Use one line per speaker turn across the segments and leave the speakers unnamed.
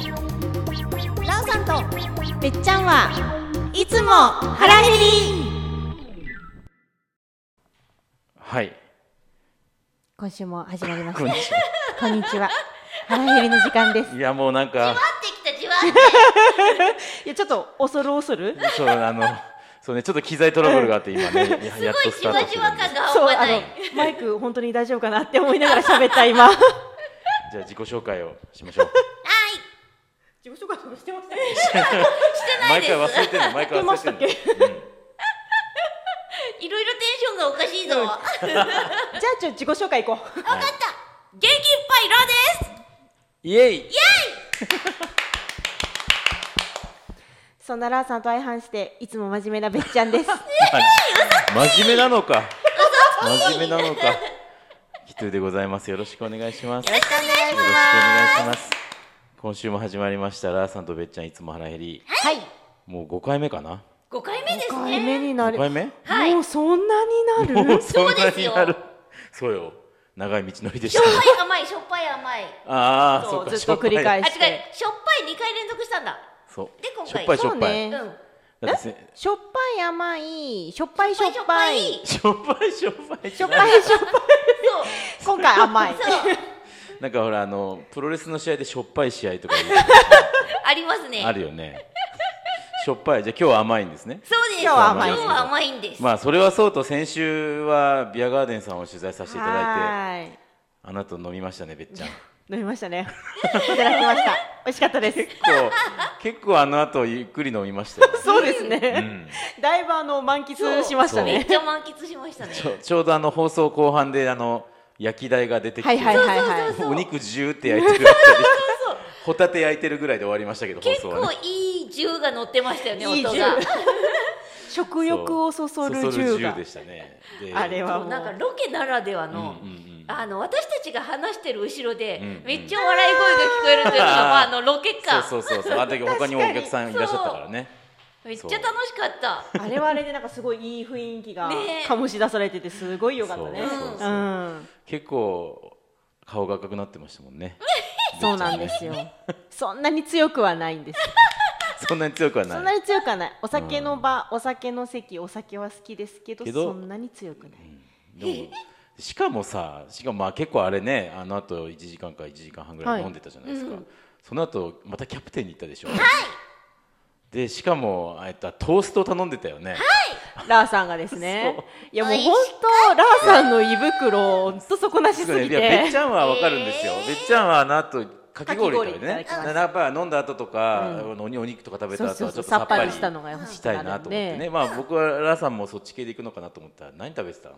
ラオさんとべっちゃんはいつも腹減り
はい。
今週も始まりまし
こん
た
にちは
こんにちは腹減りの時間です
いやもうなんか、
ってきたじわって
いやちょっと恐る恐る
そうあの、そうねちょっと機材トラブルがあって今ね、ややっとス
じ
タ
わ
ートす
じ
る
わ
んで
感
す。
が
そう
半
あ
端な
の
い
マイク本当に大丈夫かなって思いながら喋った 今自
じゃあ自己紹介をしましょう。
はい
己紹介とかしてました
ない
毎
で
回
す
忘れてるの、毎回忘れてるの。
言っ
いろいろテンションがおかしいぞ、
うん
元
じゃあちょっと自己紹介いこう
うんはい
気いっぱいラです
イエイ。
そんなラーさんと相反していつも真面目なべっちゃんです
真面目なのか。真面目なのか。キトゥでございます。よろしくお願いします。よろしくお願いします。今週も始まりましたラーさんとべっちゃんいつも腹減り。
はい
もう5回目かな。
5回目です
5回目
ね
にな
5
る
回目？
はい
もうそんなにな
もう
る
そん
そ
な
うです
に
よ
なる。そうよ。長い道のりでし
したょっ。ぱい甘いしょっぱい甘い
ああ、
そ
そううか。
ずっと繰り返
あ違う
し
しょっぱい2回連続したんだ
そう。
で今回
しょっぱいしょっぱ
そう
い。
ね
うん
だってせ
しょっぱい甘いしょっぱいしょっぱい
しょっぱいしょっぱい。
しょっぱいしょっぱい今回甘い
そうそう
なんかほらあのプロレスの試合でしょっぱい試合とか
あります
言
ね
うある よね。しょっぱいじゃあ今日は甘いんですね。
そうです
今日は甘い
今日は甘いんです、
まあそれはそうと先週はビアガーデンさんを取材させていただいて
はーい
あなた飲みましたねべっちゃん。
飲みましたねいただきました美味しかったです
結構結構あの後ゆっくり飲みましたよ。
そうです
う
ね、
ん。
だいぶあの満
そう
喫しました
めっ
ね
ちゃ満喫しましたね
ちょちょうどあの放送後半であの焼き台が出てきて、
はいはいはいはい
そうそうそう
お肉ジューって焼いてるあたりホタテ焼いてるぐらいで終わりましたけど放
結
送は
構
ね
いい銃が乗ってましたよね
いい
音
銃
が
食欲をそそる
そそ
銃が
でしたねで
あれは
そうなんかロケならではの、
うんうんうん
あの私たちが話してる後ろで、
うんうん
めっちゃ笑い声が聞こえるというのが、まあ、あのロケか
そうそうそうそうあの時他にもお客さんいらっしゃったからね
めっちゃ楽しかった
あれはあれでなんかすごいいい雰囲気が
ねえ
醸し出されててすごい良かったね
そう
そう
そう
うん
結構顔が赤くなってましたもんね
そうなんですよそんなに強くはないんです
そんなに強くは
そん
な
ないに強くはないお酒の場、お酒の席お酒は好きですけど
けど
そんなに強くない
でもしかもさしかもまあ結構あれねあのあと1時間か1時間半ぐら
はい
い飲んでたじゃないですか、
うん
その後またキャプテンに行ったでしょはいでしかもえっとトーストを頼んでたよね、
ラーさんがですね
そう
いやもう本当ラーさんの胃袋ほんと底なし
す
す
ぐね
ぎ
いやべってちゃんはわかるんですよ、
えー
べっちゃんはあのあとかき氷とか
かき氷いただ
ね
きました
やっぱ飲んだ後とか、
う
おお肉とか食べ
そ
た
う
後
そ
は
う
ち
そ
ょ
う
っと
さ
さ
っ
っ
ぱ
ぱ
り
り
したのが欲しく
し
なるん
たい
で
なと思ってねまあ僕はラさんもそっち系で行くのかなと思ったら何食べてたの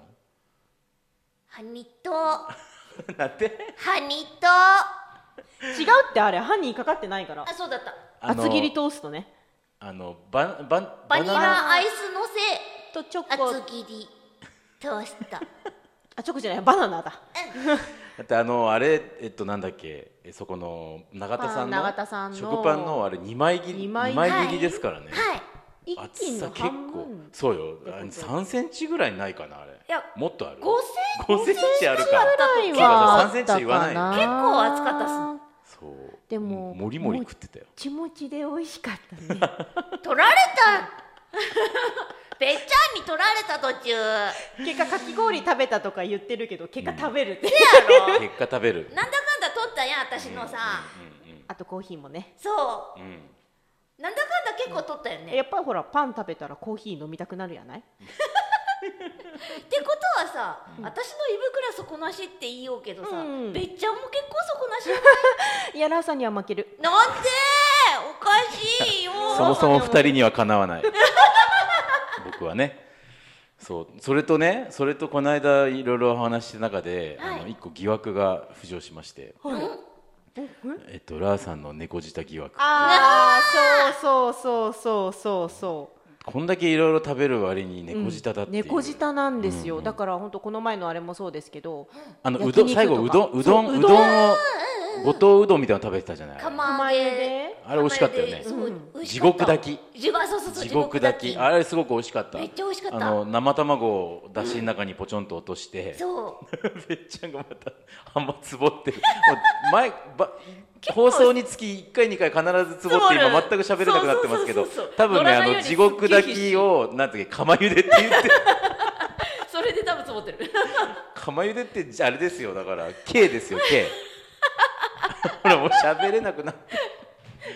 ハニトハ
なんて
ニトあ
違うってあれ歯にかかってないから
そうだった
あの
厚切りトーストね
あのバンバン
バニ
バナナ
ラアイスの
とチョ
せ
コ
厚切りトースト
あチョコじゃないバナナだ
だってあのあれえっとなんだっけえそこの永田さんの
あ永田さんの
食パンのあれ二枚切
二
り二
枚
枚
切り
切りですからね、
はい
一斤
厚さ
の
結
半
構
分
そうよあ三センチぐらいないかなあれ
いや
もっとある
5セン
5センチあるか
ぐらいはあ
そうかじゃあ3セ
っ
ンチ
た
言わ
か
ない
な
結構厚かったっす
も
そう
でも
もりもり食ってたよ
ちもちで美味しかったね
取られ たべっちゃんに取られた途 中
結果かき氷食べたとか言ってるけど結果食べるって
やろ
結果食べる
なんだかんだ取ったやん私のさ、
あとコーヒーもね
そ
うんうんうん
うなんだかんだ結構取ったよね、
やっぱりほらパン食べたらコーヒー飲みたくなるやない
ってことはさ、私の胃袋底なしって言いようけどさ、
うん
べっちゃんも結構底 なしじゃない
やラーさんには負ける
いなんでおかしいよ
そもそも二人にはかなわない 僕はねそうそれとねそれとこの間いろいろお話しした中で、
はい
あの一個疑惑が浮上しまして、えっと、ラーさんの猫舌疑惑
ああそうそうそうそうそうそう
こんだけいろいろ食べる割に猫舌だっていう、
猫舌なんですよ、
うんうん
だから本当この前のあれもそうですけど
あのう
焼
どん
肉
最後
と
う
か
どんうどん
そう
うどんを五島うどんみたいなの食べてたじゃない
釜
釜
揚
揚げ
げ
で
あれ美味しかったよね
名前でそう
うん
美味し
地
かっ
獄
た
炊き
地獄そうそうそう
地獄炊きあれすごく美味しかった
めっちゃ美味しかった
あの生卵をだしの中にポチョンと落として、
そう
べっちゃんがまたあんまつぼってるもう前ば放送につき1回2回必ずつぼって今
つぼる
全く喋れなくなってますけど
そうそうそうそう
多分ねあ
ドラマよ
の
り
地獄炊きをなんていうか釜茹でって言って
それで多分積もってる
釜茹でってあれですよだから K ですよ K ほらもう喋れなくなって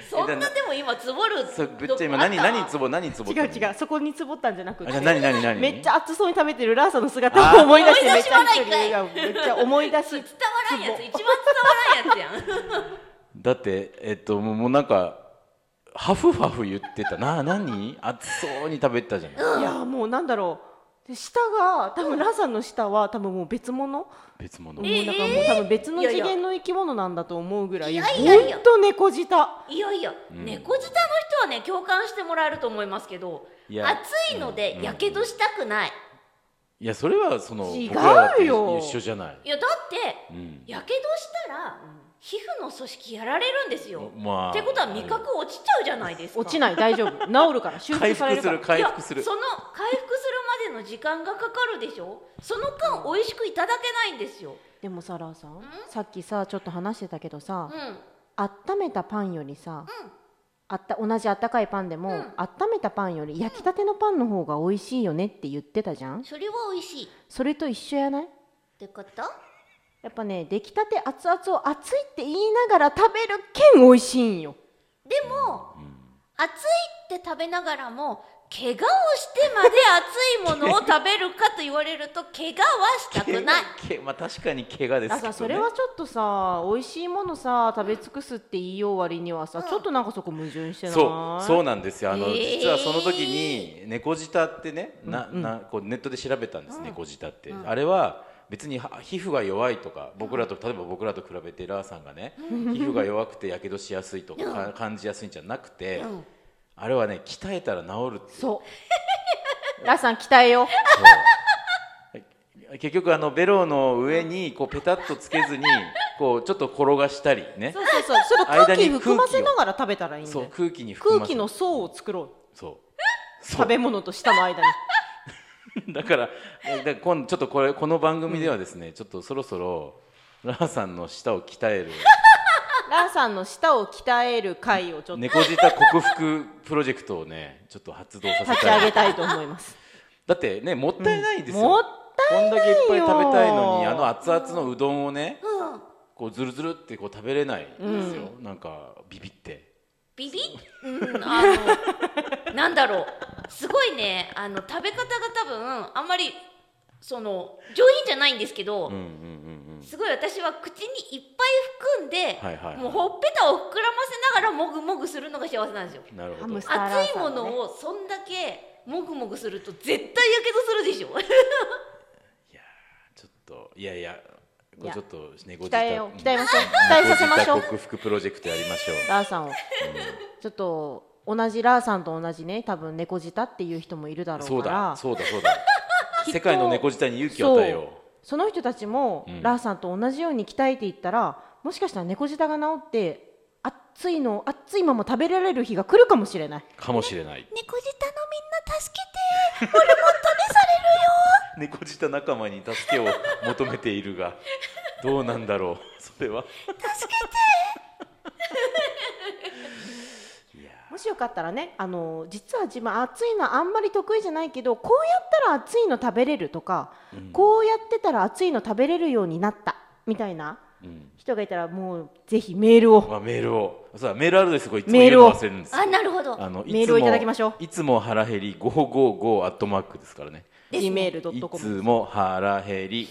そんなでも今積もる
そうぶっちゃん今何何つ
ぼ
ぼ何つぼ
違う違うそこにつぼったんじゃなく
あじ
て
ゃあ何何何
めっちゃ熱そうに食べてるラーさんの姿を思い出して
あー
めっちゃ
思い
一
出し
人笑顔めっちゃ思い出 し
伝わらんやつ一番伝わらんやつやん
だってえっともうもうなんかハフハフ言ってたな何熱そうに食べてたじゃない
いやーもうなんだろうで舌が多分ラーさんの舌は多分もう別物
別物
もうだからもう多分別の次元の生き物なんだと思うぐらい
いやいやいや
本当猫舌
いやいや、
うん
猫舌の人はね共感してもらえると思いますけど
いや
暑いの
うん
で
うん
やけどしたくない、
いやそれはその
違うよ
僕らだって一緒じゃない、
いやだって
うん、
やけどしたら皮膚の組織やられるんですよ、
まあ
ってことは味覚落ちちゃうじゃないですか
落ちない大丈夫治るから修
回
復され
復
る
す
か
る
ら
回復する
いやその回復するまでの時間がかかるでしょその間美味しくいただけないんですよ
でもさラーさんさっきさちょっと話してたけど
う
さ
ん
温めたパンよりさあった同じあったかいパンでも、
うん
温めたパンより焼きたてのパンの方が美味しいよねって言ってたじゃん
それは美味しいっ
それと一緒やない
てこと
やっぱね出来たて熱々を熱いって言いながら食べるけん美味しいんよ
でも暑いって食べながらも怪我をしてまで熱いものを食べるかと言われると怪我はしたくない
けまあ確かに怪我です
だか
けど、
ら
ね、
それはちょっとさ美味しいものさ食べ尽くすって言いよう割にはさ、ちょっとなんかそこ矛盾してない
そうそうなんですよあの、
えー
実はその時に猫舌ってねな、なこうネットで調べたんです、猫舌って、あれは別には皮膚が弱いとか僕らと例えば僕らと比べてラーさんがね、皮膚が弱くてやけどしやすいとかか感じやすいんじゃなくて、
うん
あれはね鍛えたら治 るっていう
そうラさん鍛えよう
そう結局あのベロの上にこうペタッとつけずにこうちょっと転がしたりね
そうそうそうそれ
間
空気
に空気を
含ませながら食べたらいいんだ
そう
よ
空気に含
空
ませ
気
る
の層を作ろう
そうそう
食べ物と舌の間に
だからえだから今度ちょっとこれこの番組ではですね、ちょっとそろそろラーさんの舌を鍛える
ラーさんの舌を鍛える会をちょっと
猫舌克服プロジェクトをねちょっと発動させ
立ち上
た
げ
い
たいと思います
だってねもったいないですよ、
もっ
こんだけいっぱい食べたいのに
よ
あの熱々のうどんをね
うん
こうずるずるってこう食べれないんですよ、なんかビビって
ビビうんあのなんだろうすごいねあの食べ方が多分あんまりその上品じゃないんですけど、
うんうんうんうん
すごい私は口にいっぱい含んで、
はいはいはい
もうほっぺたを膨らませながらもぐもぐするのが幸せなんですよ
なるほ
ハ
ど
ムスターラー
熱い
さ
も
んのね
のをそんだけもぐもぐすると絶対やけどするでしょ
ちょっといやいやこれちょっと猫
鍛えよう鍛え
うん
ましょう鍛えさせましょ
猫
う
舌克服プロジェクトやりましょう
ラーさんをちょっと同じラーさんと同じね多分猫舌っていう人もいるだろ
そう
うか
だ
ら
そうだそ うだ
きっと
世界の猫舌に勇気を
そ
与えよ
うその人たちも、
うん
ラーさんと同じように鍛えていったらもしかしたら猫舌が治って熱いの熱いまま食べられる日が来るかもしれないう
かもしれない
猫舌のみんな助けて
猫舌仲間に助けを求めているがどうなんだろうそれは助けていや
もしよかったらねあの実は自分熱いのあんまり得意じゃないけどこうやったら熱いの食べれるとか、こうやってたら熱いの食べれるようになったみたいな
うん
人がいたらもうぜひメールを
まあメールをそうだメールアドレスこれいつも言うの忘れるんですよ
あなるほど
あの
メールをいただきましょう
いつも腹減り555アットマークですからね
gmail.com
いつも腹減り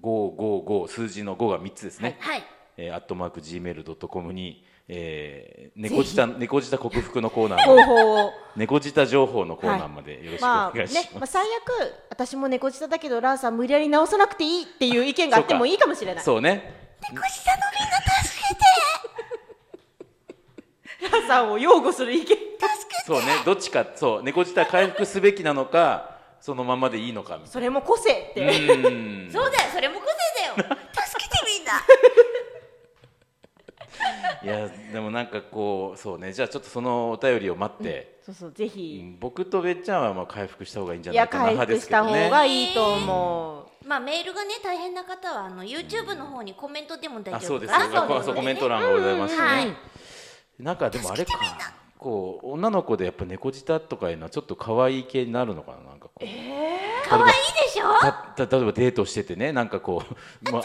555数字の5が3つですね、
はい
えー、アットマーク Gmail.com に、えー、猫舌猫舌克服のコーナー ま
方
で
法を。
猫舌情報のコーナーまでよろしくお
まあ
願
ね
いします、、
まあ、最悪私も猫舌だけどラーさん無理やり直さなくていいっていう意見があってもいいかもしれない
そうね
猫舌のみんな助けて
ラーさんを擁護する意見
そうねどっちかそう猫舌回復すべきなのかそのままでい いのかみた
それも個性って、
いなうーん
そうだよ それも個性だよ助けてみんない
やでもなんかこうそうねじゃあちょっとそのお便りを待って、
そうそうぜ
う
ひ、
ん僕とべっちゃんはまあ回復した方がいいんじゃ
い
な
や
いかな
回
派
復
です
し
けど
た
ね
方がいいと思う。
まあメールがね大変な方はあの YouTube の方にコメントでも大丈夫
あそうです
か
ね
ら
そこはそうコメント欄がございますしね、
はい
なんかでもあれかこう女の子でやっぱ猫舌とかいうのはちょっと可愛い系になるのかななんかこう、
可愛いで しょ
たた例えばデートしててねなんかこう、まあ、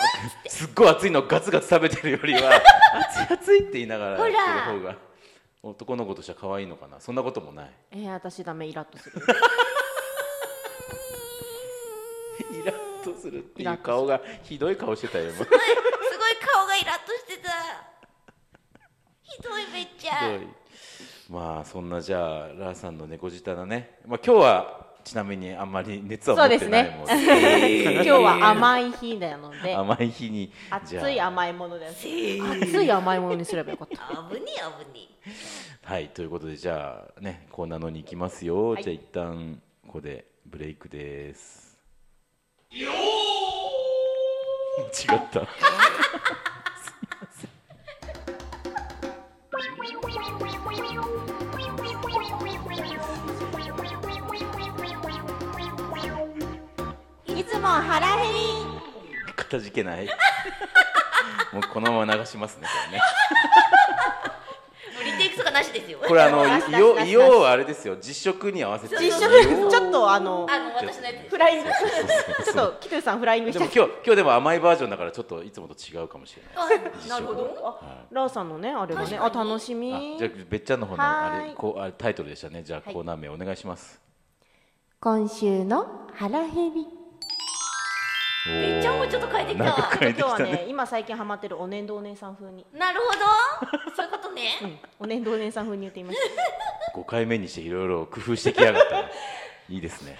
すっごい熱いのをガツガツ食べてるよりは熱い熱いって言いながらやってる方が男の子としては可愛いのかなそんなこともない
えー、私ダメイラッとする。
イラッとするって
イ
い
ラ
う
ッとする
顔がひどい顔してたよ今ひ
すごい顔がイラッとしてたひどいべっちゃん
どいまあそんなじゃあラーさんの猫舌だね、まあ、今日はちなみにあんまり熱は持ってないもん
そう 今 日は甘い日なので、
甘い日に
熱
じゃ
い
あ
甘いものです。
せー
熱い甘いものにすればよかった。
危ねえ危ねえ
はいということでじゃあねコーナーのに行きますよ、
い
じゃあ一旦ここでブレイクです違った
いつも腹減り。
かたじけないもうこのまま流しますねこれね
リテイクとかなしですよ
これ あの
出す出す
硫
出す
黄硫黄はあれですよ実食に合わせて
実食
硫
ち
黄
ょっとあの
あの私のやつです
フライング。
そう
ちょっとキトゥさんフライングし
で
ち
も
ゃっ
今日今日でも甘いバージョンだからちょっといつもと違うかもしれない
あなるほど
た。ラーさんのねあれがね、あ
確かに
楽しみ。
あじゃあべっちゃんの方のあ
はー
れ
い
こうあタイトルでしたねじゃあ
はい
コーナー名お願いします、
今週の腹減 り。
べっちゃんもちょっと変えてきた
なんか変えてき
今日
た
は
ね
ね今最近ハマってるおねんどお姉さん風に。
なるほどそういうことね
うん、おねんどお姉さん風に言っていました。
5回目にしていろいろ 工夫してきやがったねいいですね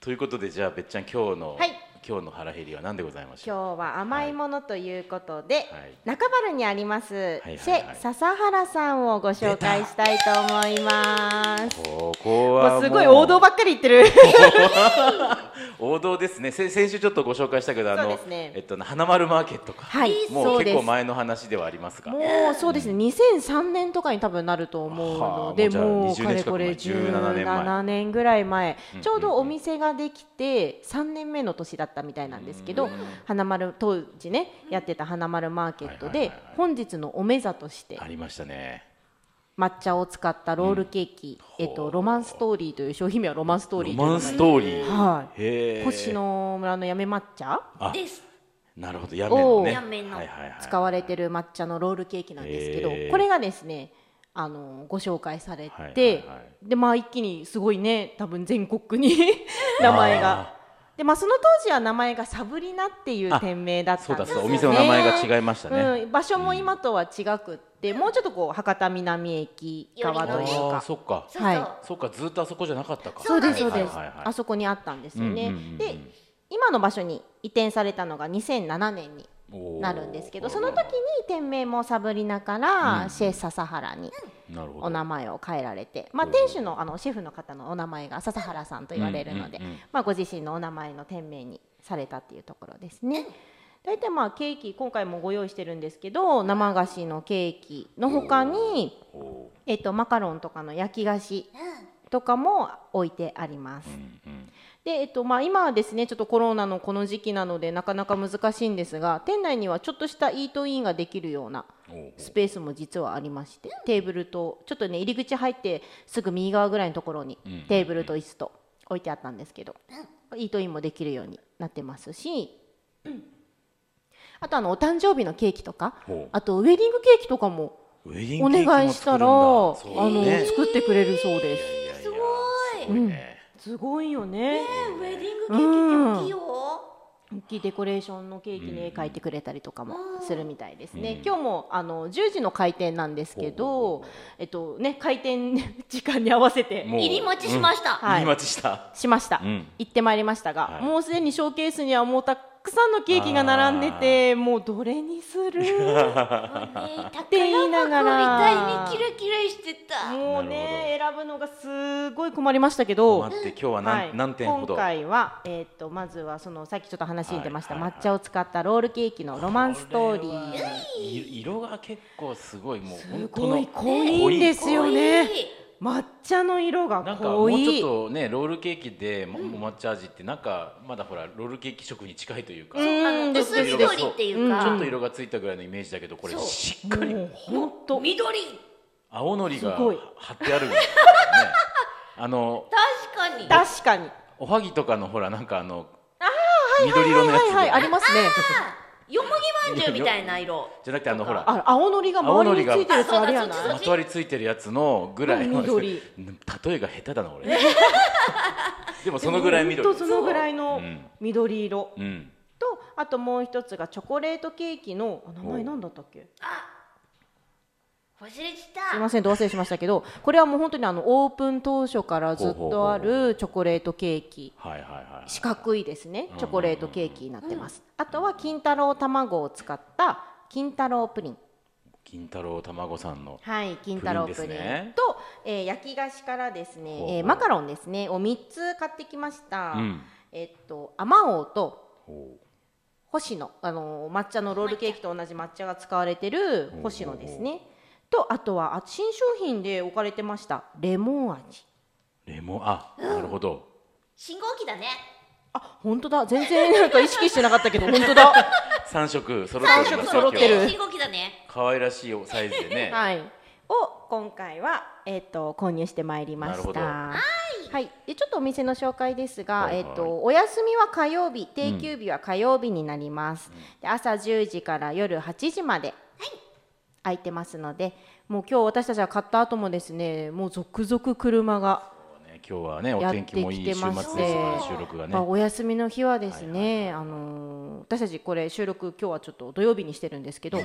ということでじゃあべっちゃん今日の、
はい
今日の腹減りは何でございましょう
今日は甘いものということで、
はい
中原にあります、
はいはい
シェ笹原さんをご紹介したいと思います。
ここ
も
は
う
もう
すごい王道ばっかり言ってる。
王道ですねせ先週ちょっとご紹介したけどあ
そう
の
ですね
えっと花丸マーケットか、
はい
も
そううで
結
す
構前の話ではありますが
もうそうですね、2003年とかに多分なると思うので、
はあも
も
う
う
じゃあ
かれこれ
20年近く前17年前
17年ぐらい前
うん、
ちょうどお店ができて3年目の年だったみたいなんですけ
う
ど
ん、
花丸当時ね、やってた花丸マーケット
はい
で
はいはいはい、
本日のおめざとして
ありましたね
抹茶を使ったロールケーキ、
うん
えっと、ロマンストーリーという商品名はロマンストーリー
ロ
という
マンストーリー、
は
へえ
星野村のやめ抹茶
あ
です
なるほどやめのね
おー
やめの
はいはいはい
使われてる抹茶のロールケーキなんですけど、
へー
これがですねあのご紹介されて、
はいはいはい
でまあ一気にすごいね多分全国に 名前がでまあその当時は名前がサブリナっていう店名だった
そ
ん
う
で
だ
す
そ
よね
うだお店の名前が違いましたね、
うん、場所も今とは違くって、もうちょっとこう博多南駅側という
よ
あ
か
あそっか
そうそう
はい
そっかずっとあそこじゃなかったか
そうですそうです、
はいはいはい
あそこにあったんですよね、
うんうんうんうん
で今の場所に移転されたのが2007年になるんですけどその時に店名もサブリナから、
うん
シェ・笹原に
なるほど
お名前を変えられて、まあ、
おー
店主のあのシェフの方のお名前が笹原さんと言われるので、
うんうんうん
まあ、ご自身のお名前の店名にされたっていうところですね。大体まあケーキ今回もご用意してるんですけど生菓子のケーキの他に、
お
えっと、マカロンとかの焼き菓子とかも置いてあります
ーう。んうん
で、えっとまあ、今はですねちょっとコロナのこの時期なのでなかなか難しいんですが店内にはちょっとしたイートインができるような
おー
スペースも実はありましてテーブルとちょっとね入り口入ってすぐ右側ぐらいのところに
うん
テーブルと椅子と置いてあったんですけどイートインもできるようになってますしあとあのお誕生日のケーキとか
ほう
あとウェディングケーキとかも
ウェディン
お
グケーキも
願いしたらあの
作るんだそうね
作ってくれるそうで
い
す
やいやいやす
ご
ごいね
すごいよね
ウェディングケーキって大きいよ
大きいデコレーションのケーキに絵描いてくれたりとかもするみたいですね、
うん
今日もあの10時の開店なんですけ
ほうほうほ
ど、えっとね、開店時間に合わせて
もう
入り待ちしました
はい
入り待ちした
しました、
うん
行ってまいりましたが、
はい
もうすでにショーケースにはもうたくさんのケーキが並んでてもうどれにす る
ね
言いながら
宝箱みたいにキラキラしてた
もうね選ぶのがすごい困りましたけど
待って今日は何,、何点ほど
今回は、えー、とまずはそのさっきちょっと話に出ました、
はいはいはい
抹茶を使ったロールケーキのロマンストーリー
い色が結構すごいもう
す
本当
ご
の
い濃いんですよね抹茶の色が
なんかも
濃
う
い
ちょっとねロールケーキで、ま、お抹茶味ってなんかまだほらロールケーキ色に近いというか、
うん
あの
です
薄
です
緑っていう
うん
か、
ちょっと色がついたぐらいのイメージだけどこれ
そう
しっかり
もうほんと
緑
青のりが
すごい
貼ってあるんですよね あの
確かに
確かに
おはぎとかのほらなんかあの緑色のやつ
はいはいありますね
よもぎまんじゅうみたい な色
じゃなくてあのほら
あ青のりが周りについてるやつ
青
あ
の
れ
りが
やない
あそうだ
まとわりついてるやつのぐらいの
うん緑
例えが下手だな俺でもそのぐらい緑
ほんとそのぐらいの
うん
緑色
うん
とあともう一つがチョコレートケーキのあ名前なんだったっけ
忘れて
すい
た
ませんどう忘れしましたけどこれはもう本当にあのオープン当初からずっとあるチョコレートケーキ
はいはいはい
四角いですね
うん
チョコレートケーキになってます、あとは金太郎卵を使った金太郎プリン
金太郎卵さんの
はい金太郎プリン
プリンですね
と、えー焼き菓子からですね
ほうほう
えーマカロンですねを3つ買ってきました、
うん
えっとあまおうと
ほう
星野あの抹茶のロールケーキと同じ抹茶が使われてる星野ですねとあとはあ新商品で置かれてましたレモン味
レモンあなる ほど
信号機だね
あ本当だ全然なんか意識してなかったけど本当だ
三色揃
三
ってる
色揃ってる
信号機だね
可愛らしいおサイズでね
はいを今回はえっ、と購入してまいりま
なる
し
ほ
た
ど
はい、でちょっとお店の紹介ですが、
はいはい
えっ、とお休みは火曜日定休日は火曜日になります、で朝10時から夜8時まで空いてますのでもう今日私たちが買った後もですねもう続々車が、
ね今日はねお天気もいい週末
や
で
って
す
き
か
てまして
ら収録がね
まあ、お休みの日はですね、
はい
あのー私たちこれ収録今日はちょっと土曜日にしてるんですけど、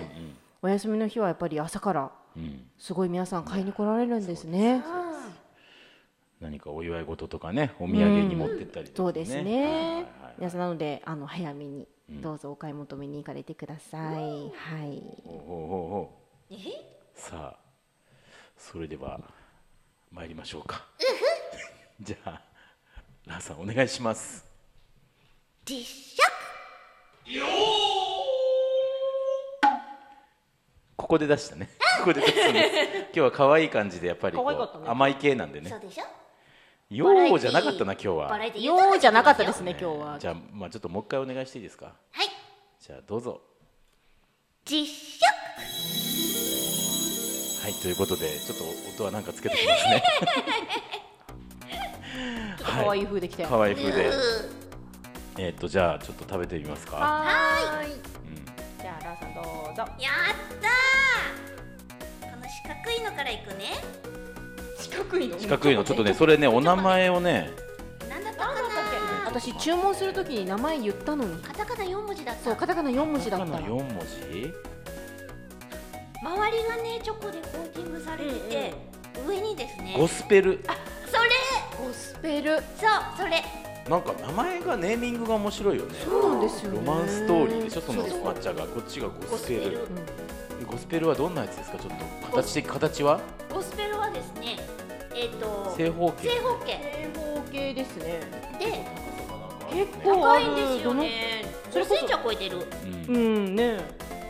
お休みの日はやっぱり朝から
うん
すごい皆さん買いに来られるんですね。
何かお祝い事とかねお土産に持ってったりとか
そうですね。
はいはいはい
皆さんなのであの早めにどうぞお買い求めに行かれてください。はい。
ほうほうほうほう
え
さあそれでは参りましょうかじゃあラーさんお願いします
実写
ここで出したねここで出したん です今日は可愛い感じでやっぱりこ
可愛かった
う
ね
甘い系なんでね
そうでしょ
ようじゃなかったな今日
バラ
は
エティ
ようじゃなかった
で
ですね今日は
じ。ゃあまあちょっともう一回お願いしていいですか
はい
じゃあどうぞ
実写
はいということでちょっと音はなんかつけてきますね
可愛い風できたよ。
可愛い風で
うー
えーっとじゃあちょっと食べてみますか
はーい。
うん
じゃあラーさんどうぞ。
やったーこの四角いのからいくね
四角いの。
四角いのちょっとねそれねお名前をね
なんだったかな
私注文するときに名前言ったのに。
カタカナ四文字だった
そうカタカナ四文字だった
の
の。
四文字
周りがねチョコでコーティングされてて、上にですね
ゴスペル
それ
ゴスペル。
そうそれ
なんか名前がネーミングが面白いよね
そうなんですよね。
ロマンストーリーでしょその
うです
抹茶がこっちがゴスペル
ゴス
ゴスペルはどんなやつですかちょっと形的形は
ゴスペルはですねえっ、と
正方形
正方形
正方形ですね。
で
結構
高
あ
いんです
る。
よ
どの
ね
それこそ
5000茶超えてる
うん
うんね。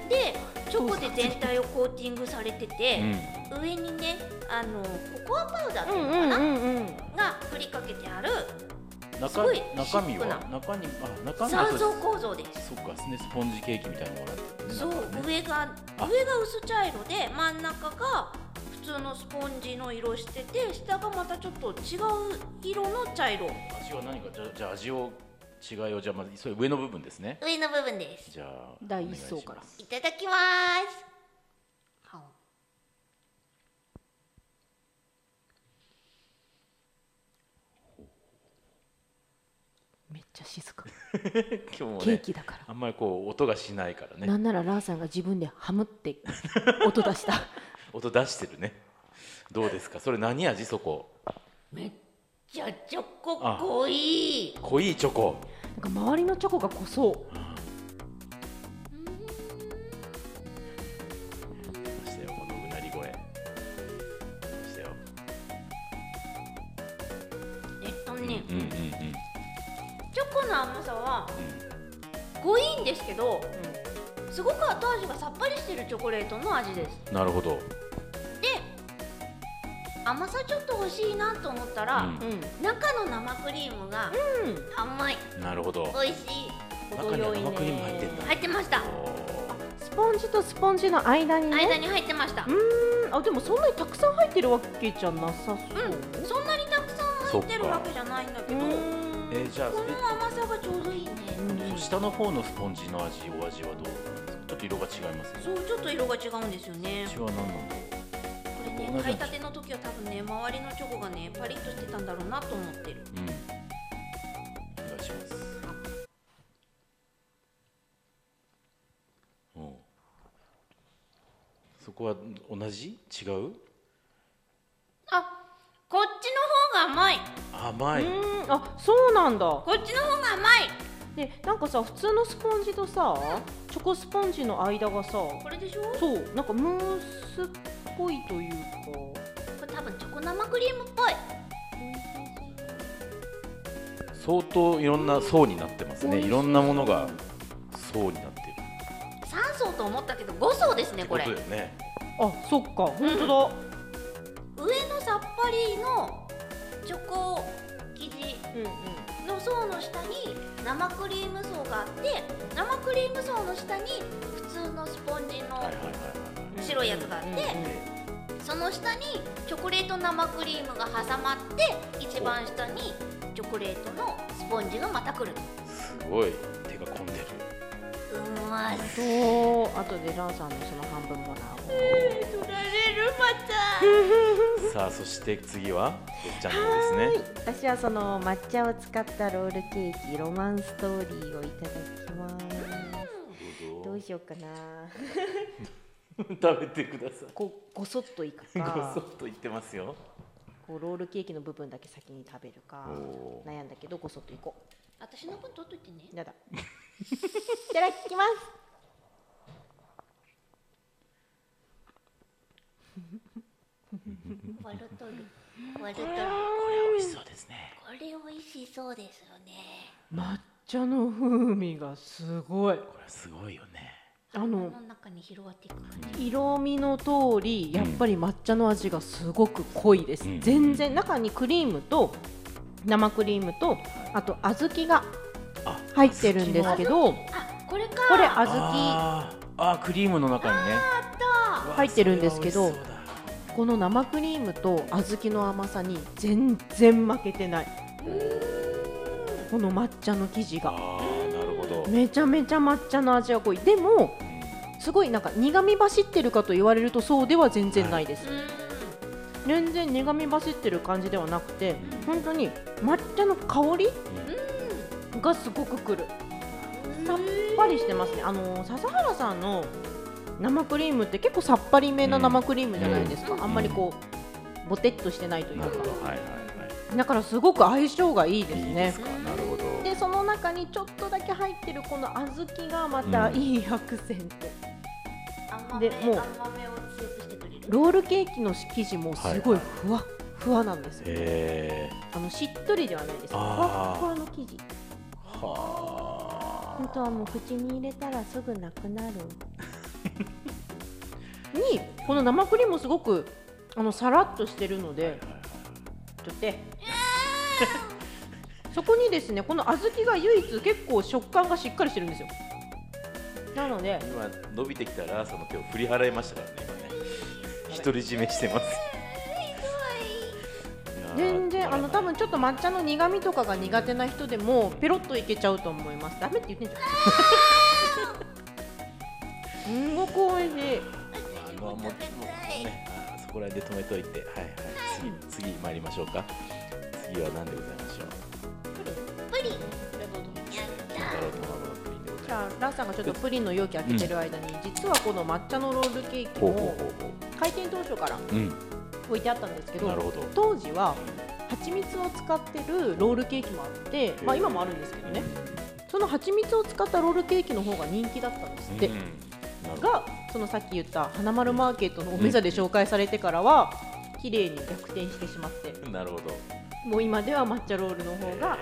でチョコで全体をコーティングされて
う
て、
ん
上にねあのココアパウダーっていうのかな、
んうん。
が振りかけてあるす
中
ごい
中身は
シック
中身あ中身は
三
そう
層構造です
そっかねスポンジケーキみたいなのがあってね
そう
中にね
上が
あ
上が薄茶色で真ん中が普通のスポンジの色してて下がまたちょっと違う色の茶色
味は何かじゃあじゃあ味を違いをじゃあまずそれ上の部分ですね
上の部分です
じゃあ
第一層から。
いただきまーす
めっちゃ静か。
お願いします今日も
ケー
ね
キだから。
あんまりこう音がしないから
な
ね
んならラーさんが自分でハムって音出した。
音出してるねどうですかそれ何味そこ
めっちゃチョコ濃い
濃いチョコ
なんか周りのチョコが濃そう。
ましたよこのうなり声ましたよ
えっとね、
うんうん
チョコの甘さは濃いんですけどすごく後味がさっぱりしてるチョコレートの味です
なるほど、
で甘さちょっと欲しいなと思ったら、
う
う
ん
ん
中の生クリームが甘い、
なるほど
美味しい
中に生クリーム入ってんだ
入ってました
スポンジとスポンジの間にね
間に入ってました
うーんあでもそんなにたくさん入ってるわけじゃなさそう、
うんそんなにたくさん入ってるわけじゃないんだけどこ
えーじゃあ
の甘さがちょうどいいね
え下の方のスポンジの味お味はどうなんですかちょっと色が違いますね
そうちょっと色が違うんですよね
私は何なんだろ
これね
同じ
買いたての時は多分ね周りのチョコがねパリッとしてたんだろうなと思ってる
ううんお願いしますうんそこは同じ違う
あこっちの方が甘い
甘い、
うーんあそうなんだ
こっちの方が甘い
でなんかさ普通のスポンジとさチョコスポンジの間がさ
これでしょこ
そうなんかムースっぽいというか
れ多分チョコ生クリームっぽい
相当いろんな層になってますね
うん
いろんなものが層になっている
3層と思ったけど5層ですね
ってこ
これ
とだよね
あそっか本当だ、
上のさっぱりのチョコ生地
うんうん
の層の下に生クリーム層があって生クリーム層の下に普通のスポンジの
はいはいはいはいはい
白いやつがあって
うんうん
で
その下にチョコレート生クリームが挟まって一番下にチョコレートのスポンジがまたくる
すごい手が込んでる
うまい
そうあとでランさんのその半分もらおう
取られるま
さあそして次はべっちゃんのですね
私はその抹茶を使ったロールケーキロマンストーリーをいただきますどうしようかな
食べてください
こうごそっといく
ごそ
か
っと言ってますよ
こうロールケーキの部分だけ先に食べるか
おー
悩んだけどごそっといこ
た私の分取っといてね
うやだいただきます
笑っとる笑っとる
これ美味しそうですね
これ美味しそうですよね
抹茶の風味がすごい
これすごいよね
あの
この中に広がっていく感じ
色味の通りやっぱり抹茶の味がすごく濃いです、
うん
全然中にクリームと生クリームとあと小豆が
あ
入ってるんですけど
あこれか
これ
あ
小豆
あーあークリームの中にね
った
うわ
入ってるんですけど
それは美味しそうだ
この生クリームと小豆の甘さに全然負けてないこの抹茶の生地が
あーなるほど
めちゃめちゃ抹茶の味が濃いでもすごいなんか苦み走ってるかと言われるとそうでは全然ないです、
う
全然苦み走ってる感じではなくて本当に抹茶の香りがすごくくる
ん
さっぱりしてますねあの笹原さんの生クリームって結構さっぱりめな生クリームじゃないですか、
うん
あんまりこうボテっとしてないという
な
か
るほどはいはい
だからすごく相性がいいです
はいいい
ね
ですかなるほど
でその中にちょっとだけ入ってるこの小豆がまたいいアクセント、
甘め
でもう
甘めを強くしてくれる
ロールケーキの生地もすごいふわっふわなんですよ、
えー
あのしっとりではないですふわ
あー
っふわの生地
は
本当はもう口に入れたらすぐなくなるにこの生クリームすごくあのさらっとしてるのでちょっとでそこにですねこの小豆が唯一結構食感がしっかりしてるんですよなので
あ今伸びてきたらその手を振り払いましたからね今ね独り占めしてますいやー
全
た
然
ま
あの
らない
多分ちょっと抹茶の苦味とかが苦手な人でもペロッといけちゃうと思いますダメって言ってんじゃんすんごく美味しい
あのもうもうね、あーそこら辺で止めといて、はいはい、次次参りましょうか。次は何でございましょう。
プリン
太郎卵のプリンでござい
じ
ま
ゃあランさんがちょっとプリンの容器開けてる間に、実はこの抹茶のロールケー
す。
キ
ほうほ
も
うほうほ
開店当初から
う。うん、
置いてあったんですけど
なるほど
当時は蜂蜜を使ってるロールケーキもあって、まあ、今もあるんですけどねその蜂蜜を使ったロールケーキの方が人気だったんですって、
うん、なるほど。
がそのさっき言った花丸マーケットのおめざで紹介されてからは綺麗に逆転してしまって
なるほど。
もう今では抹茶ロールの方が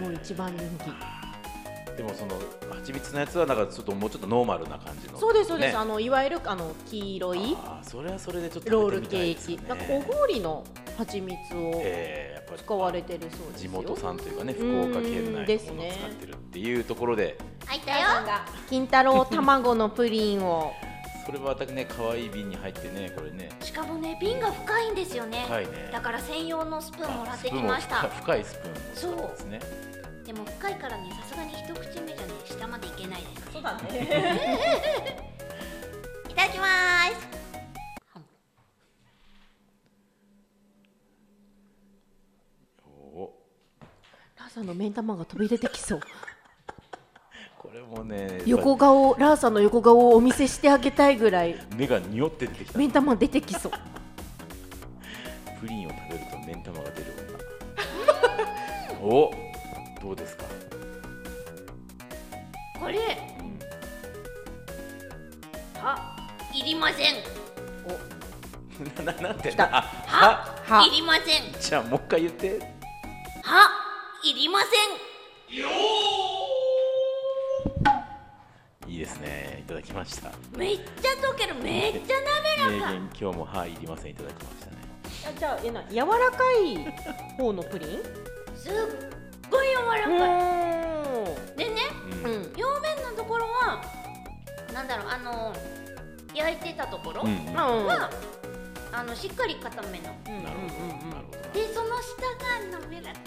もう一番人気
でもその蜂蜜のやつはなんかちょっともうちょっとノーマルな感じの
そうですそうです、
ね
あのいわゆるあの黄色い
あーそれはそれでちょっと
ロー
食べ
ル
てみ
ケ
たい
ー
ですね
キ、なんかお氷の蜂蜜を
えーやっぱり
使われてるそうです
地
よ
元産というかね福岡県内
です
のものを
ね
使ってるっていうところで
入った
北
よ
さんが金太郎卵のプリンを
それはまたね可愛い瓶に入ってねこれね
しかもね瓶が深いんですよね
深いね
だから専用のスプーンもらってき
あ
まし
スプーン
た
も深いスプーンも使ったんですね
でも深いからねさすがに一口目じゃね下までいけないです
そうだね
いただきます
お
ラーさんの目ん玉が飛び出てき そう
これもね
横顔ラーさんの横顔をお見せしてあげたいぐらい
目がにおって出てきた
目ん玉出てきそう
プリンを食べると目ん玉が出る 女おどうですか、
これ
うん
あいりません
なななんて
来た
あ
は
はい
りません
じゃあもう一回言って
はいりませ
いいですねいただきました
んめっちゃ溶けるめっちゃ
名
滑らか
言今日もはいいりませんいただきましたね
あじゃあえな柔らかい方のプリン
すっごい柔ら
う
か
ーん
いでね
うん
うん
表面のところはなんだろうあの焼いてたところは、
うんなる
うん
あのしっかり固めの
うんうん
ほどなるほど
でその下が滑らか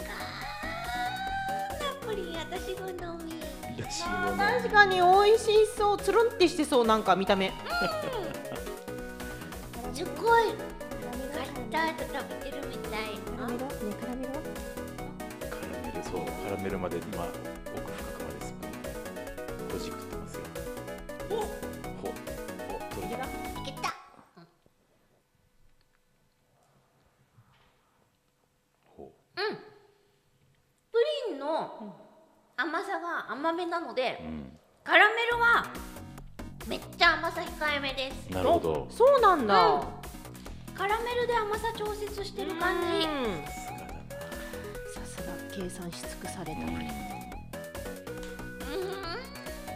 なプリン私好み
私
あ
も
ー
ね
確かに美味しそうつるんってしてそうなんか見た目
すっごいカスタード食べてるみたい
カ
な
ラメルそうカラメルまで今奥深くまでスプーンでほじくってますよおほお取れた
いけた
ほ
プリンの甘さが甘めなの
う
で
ん
カラメルはめっちゃ甘さ控えめです
なるほど
あそうなんだ
うんカラメルで甘さ調節してる感じ
うん
さすがだ
さ
な
すが計算し尽くされた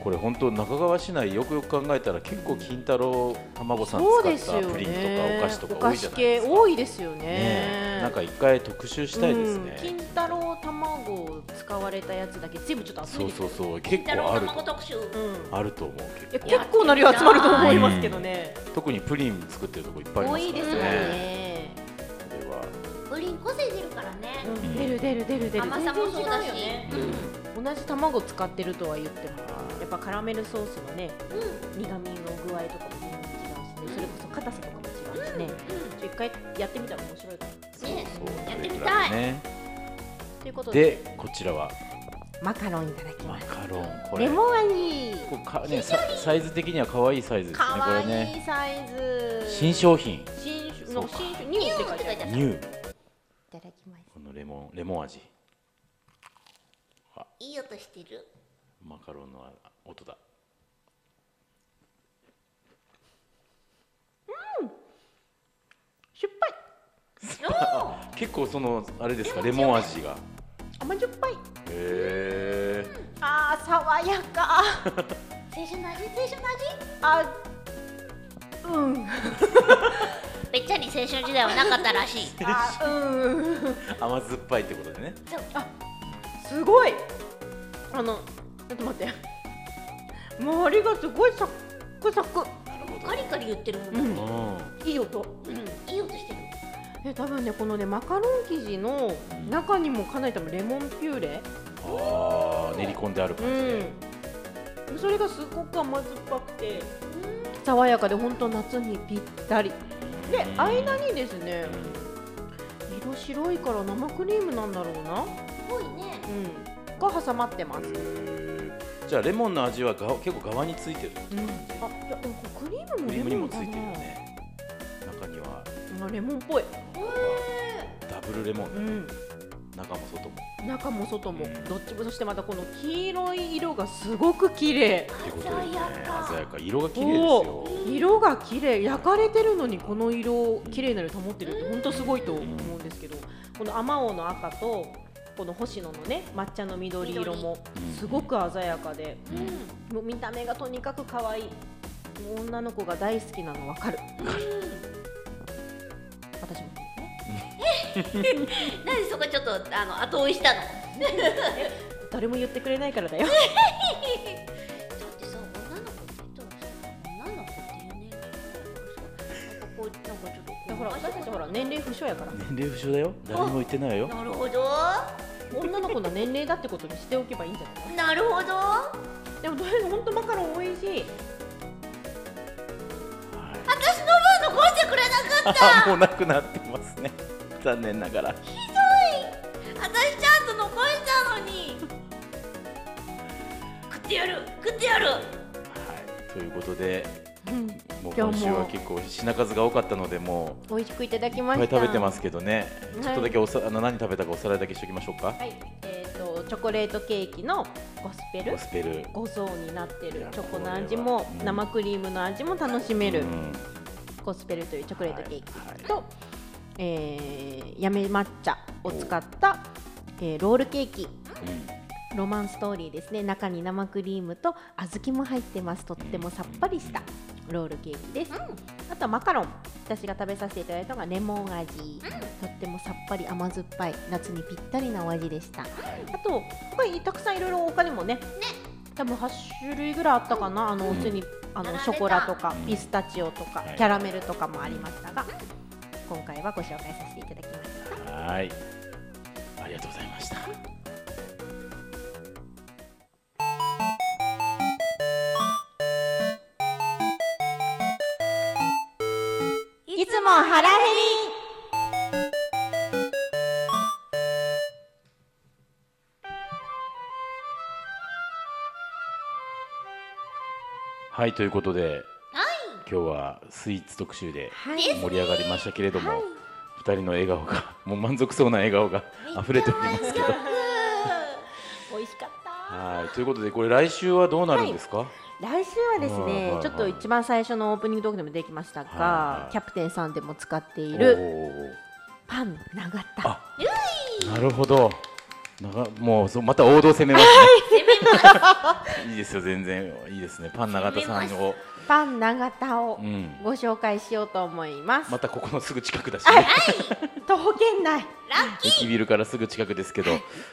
これ本当中川市内よくよく考えたら結構金太郎卵さん
そうです
使
よ
った
ね
プリンとかお菓子とか
お
多い
菓
じゃ
子
ないで
系
すか。
多いですよ
ね
ね
えなんか一回特集したいです
うん
ね
金。太郎卵を使われたやつだけ全部ちょっと熱い
そう
です
そう
よ
そう結
太郎
構ある
卵
と
特集
うんい
あると思う
や
結構
結構な量集まると思いますけどね
特にプリン作ってるとこいっぱいあ
多
り
い
ま
ですす
か
も
ら
ん
ね。
ね
これは
プリン個性出るからね
うん出る出る出る出る
甘さもそう
全然
だし
違よね
うん
同じ卵使ってるとは言ってもやっぱカラメルソースのね
うんうん
苦味の具合とかも全然違うしねそれこそ硬さとかも違うしねちょっと一回やってみたら面白いかも
そうそう
やっ
こ
てみたい
れからね
ということで
でこちらは
マカロンいただき
マ
ます
カロンこれ
レモン味
こうかねさサイズ的には可愛いサイズですねこ
かわ
れね
いいサイズ
新商品
新種
そう
の
か
新種ニューって書いてある
ニュー
いただきます
このレモンレモン味
いい音してる
マカロンの音だ。
しょっぱい
あ結構そのあれですかレモン味が。
甘じょっぱい
へえ。
あー爽やか
青春の味青春の味
あうん
べっちゃに青春時代はなかったらしい
あうん
甘酸っぱいってことでね。
そう
すごいあのちょっと待って周りがすごいサックサク
なるほ
カリカリ言ってるもん
う
だ
ん
ど。
いい音
うん、いい音してる
え多分ねこのねマカロン生地の中にもかなり多分レモンピューレ
うん。ああ練り込んである感じで。
うんそれがすごく甘酸っぱくて爽やかで本当夏にぴったりで
うん
間にですね
うん
色白いから生クリームなんだろうな
ぽいね
うんが挟まってます、
へーじゃあレモンの味はが結構側についてる。
うん、あいやでもこれクリームも
クリ
レ
ームに
モ
も
ン
つ
かな
いてるよね。中には
あレモンっぽい
ダブルレモン
う
だね。
ん
中も外も。
中も外も
うん
どっちもそしてまたこの黄色い色がすごく綺麗
ってことで
鮮
ね
やか
鮮やか色が綺麗で
お
すよ。
ー色が綺麗焼かれてるのにこの色を綺麗な色保ってるって本当すごいと思うんですけどこのアマオの赤とこの星野のね抹茶の緑色も
緑
すごく鮮やかで
うんうん
もう見た目がとにかく可愛いもう女の子が大好きなの分かる私も
なんでそこちょっとあの後追いしたの
誰も言ってくれないからだよ
だってさ女の子って言ったら女の子っていう年齢だからさなんかこうなんかちょっとこう
ほら私たちほら年齢不詳やから
年齢不詳だよ誰も言ってないよ
なるほど
女の子の年齢だってことにしておけばいいんじゃない
なるほど
でもとりあえず本当マカロン美味しい
私の分残してくれなかっ
あ もうなくなってますね残念ながら
た私ちゃんと残したのに食ってやる食ってやる
はいということで
うん
もう
今
今
日も
週は結構品数が多かったのでも
美味しくいただき
う
ま
いっ
し
ぱ
た
い食べてますけどね
はい
ちょっとだけおさあの何食べたかおさらいだけしておきましょうか
はいえー、とチョコレートケーキのゴスペル
ゴスペル
5層になって
い
る
や
チョコの味も
これはうん
生クリームの味も楽しめる
うん
ゴスペルというチョコレートケー
はい
キと、えーやめ抹茶を使った、えーロールケーキロマンストーリーですね中に生クリームと小豆も入ってますとってもさっぱりしたロールケーキです、あとはマカロン私が食べさせていただいたのがレモン味、とってもさっぱり甘酸っぱい夏にぴったりなお味でした、あと他にたくさんいろいろ他にもね多分8種類ぐらいあったかな、あの
う
普
ん
通にあ
並
の
べた
ショコラとか
うん
ピスタチオとか、
はい
キャラメルとかもありましたが、今回はご紹介させていただきました
うんはいありがとうございました
いつも腹減り
はいということで
は
今日はスイーツ特集で
はい
盛り上がりましたけれども、
はい
二人の笑顔が もう満足そうな笑顔が溢れておりますけど。
美味しかった
はいということでこれ来週はどうなるんですか、
来週はですね、
はいはいはい
ちょっと一番最初のオープニングトークでも出てきましたが、
はいはい
キャプテンさんでも使って
お
いる
ー
パン長
あ
田
なるほどながもうそうまた王道攻めますねいいですよ全然いいですねパン永田さん
攻
を、
パン長田を
うん、
ご紹介しようと思います、
またここのすぐ近くだし、ね、
徒歩圏内そ
駅ビルからすぐ近くですけど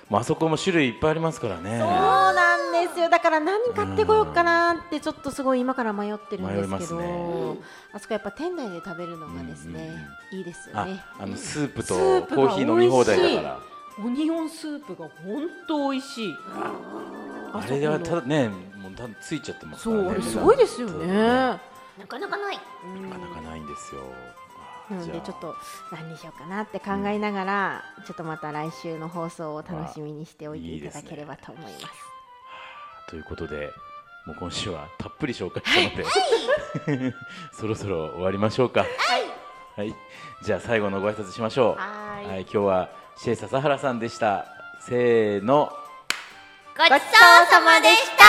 もうあそこも種類いっぱいありますからね
うなんですよだから何買ってこようかなってちょっとすごい今から迷ってるんです
迷いま
け
す
ど
ね
あそこやっぱ店内で食べるのがですね、いいですよ
あ
ね
あのスープ
スー
と
プが
コーヒー飲み放題だから
オニオンスープが本当美味しい
あれはた
だ
だねもうたついちゃってます
そ
からね
うあれすごいですよ
そう
ね
いなかなかない
なかなかないんですよあ
な
ー
の
じゃ
で
あ
ちょっと何にしようかなって考えながら、ちょっとまた来週の放送を楽しみにしておいて
いい
い
で
た
すね
だければと思います。
ということでもう今週はたっぷり紹介したので、 そろそろ終わりましょうかはい、じゃあ最後のご挨拶しましょう
はーい
今日はシェイ笹原さんでしたせーの
ごちそうさまでした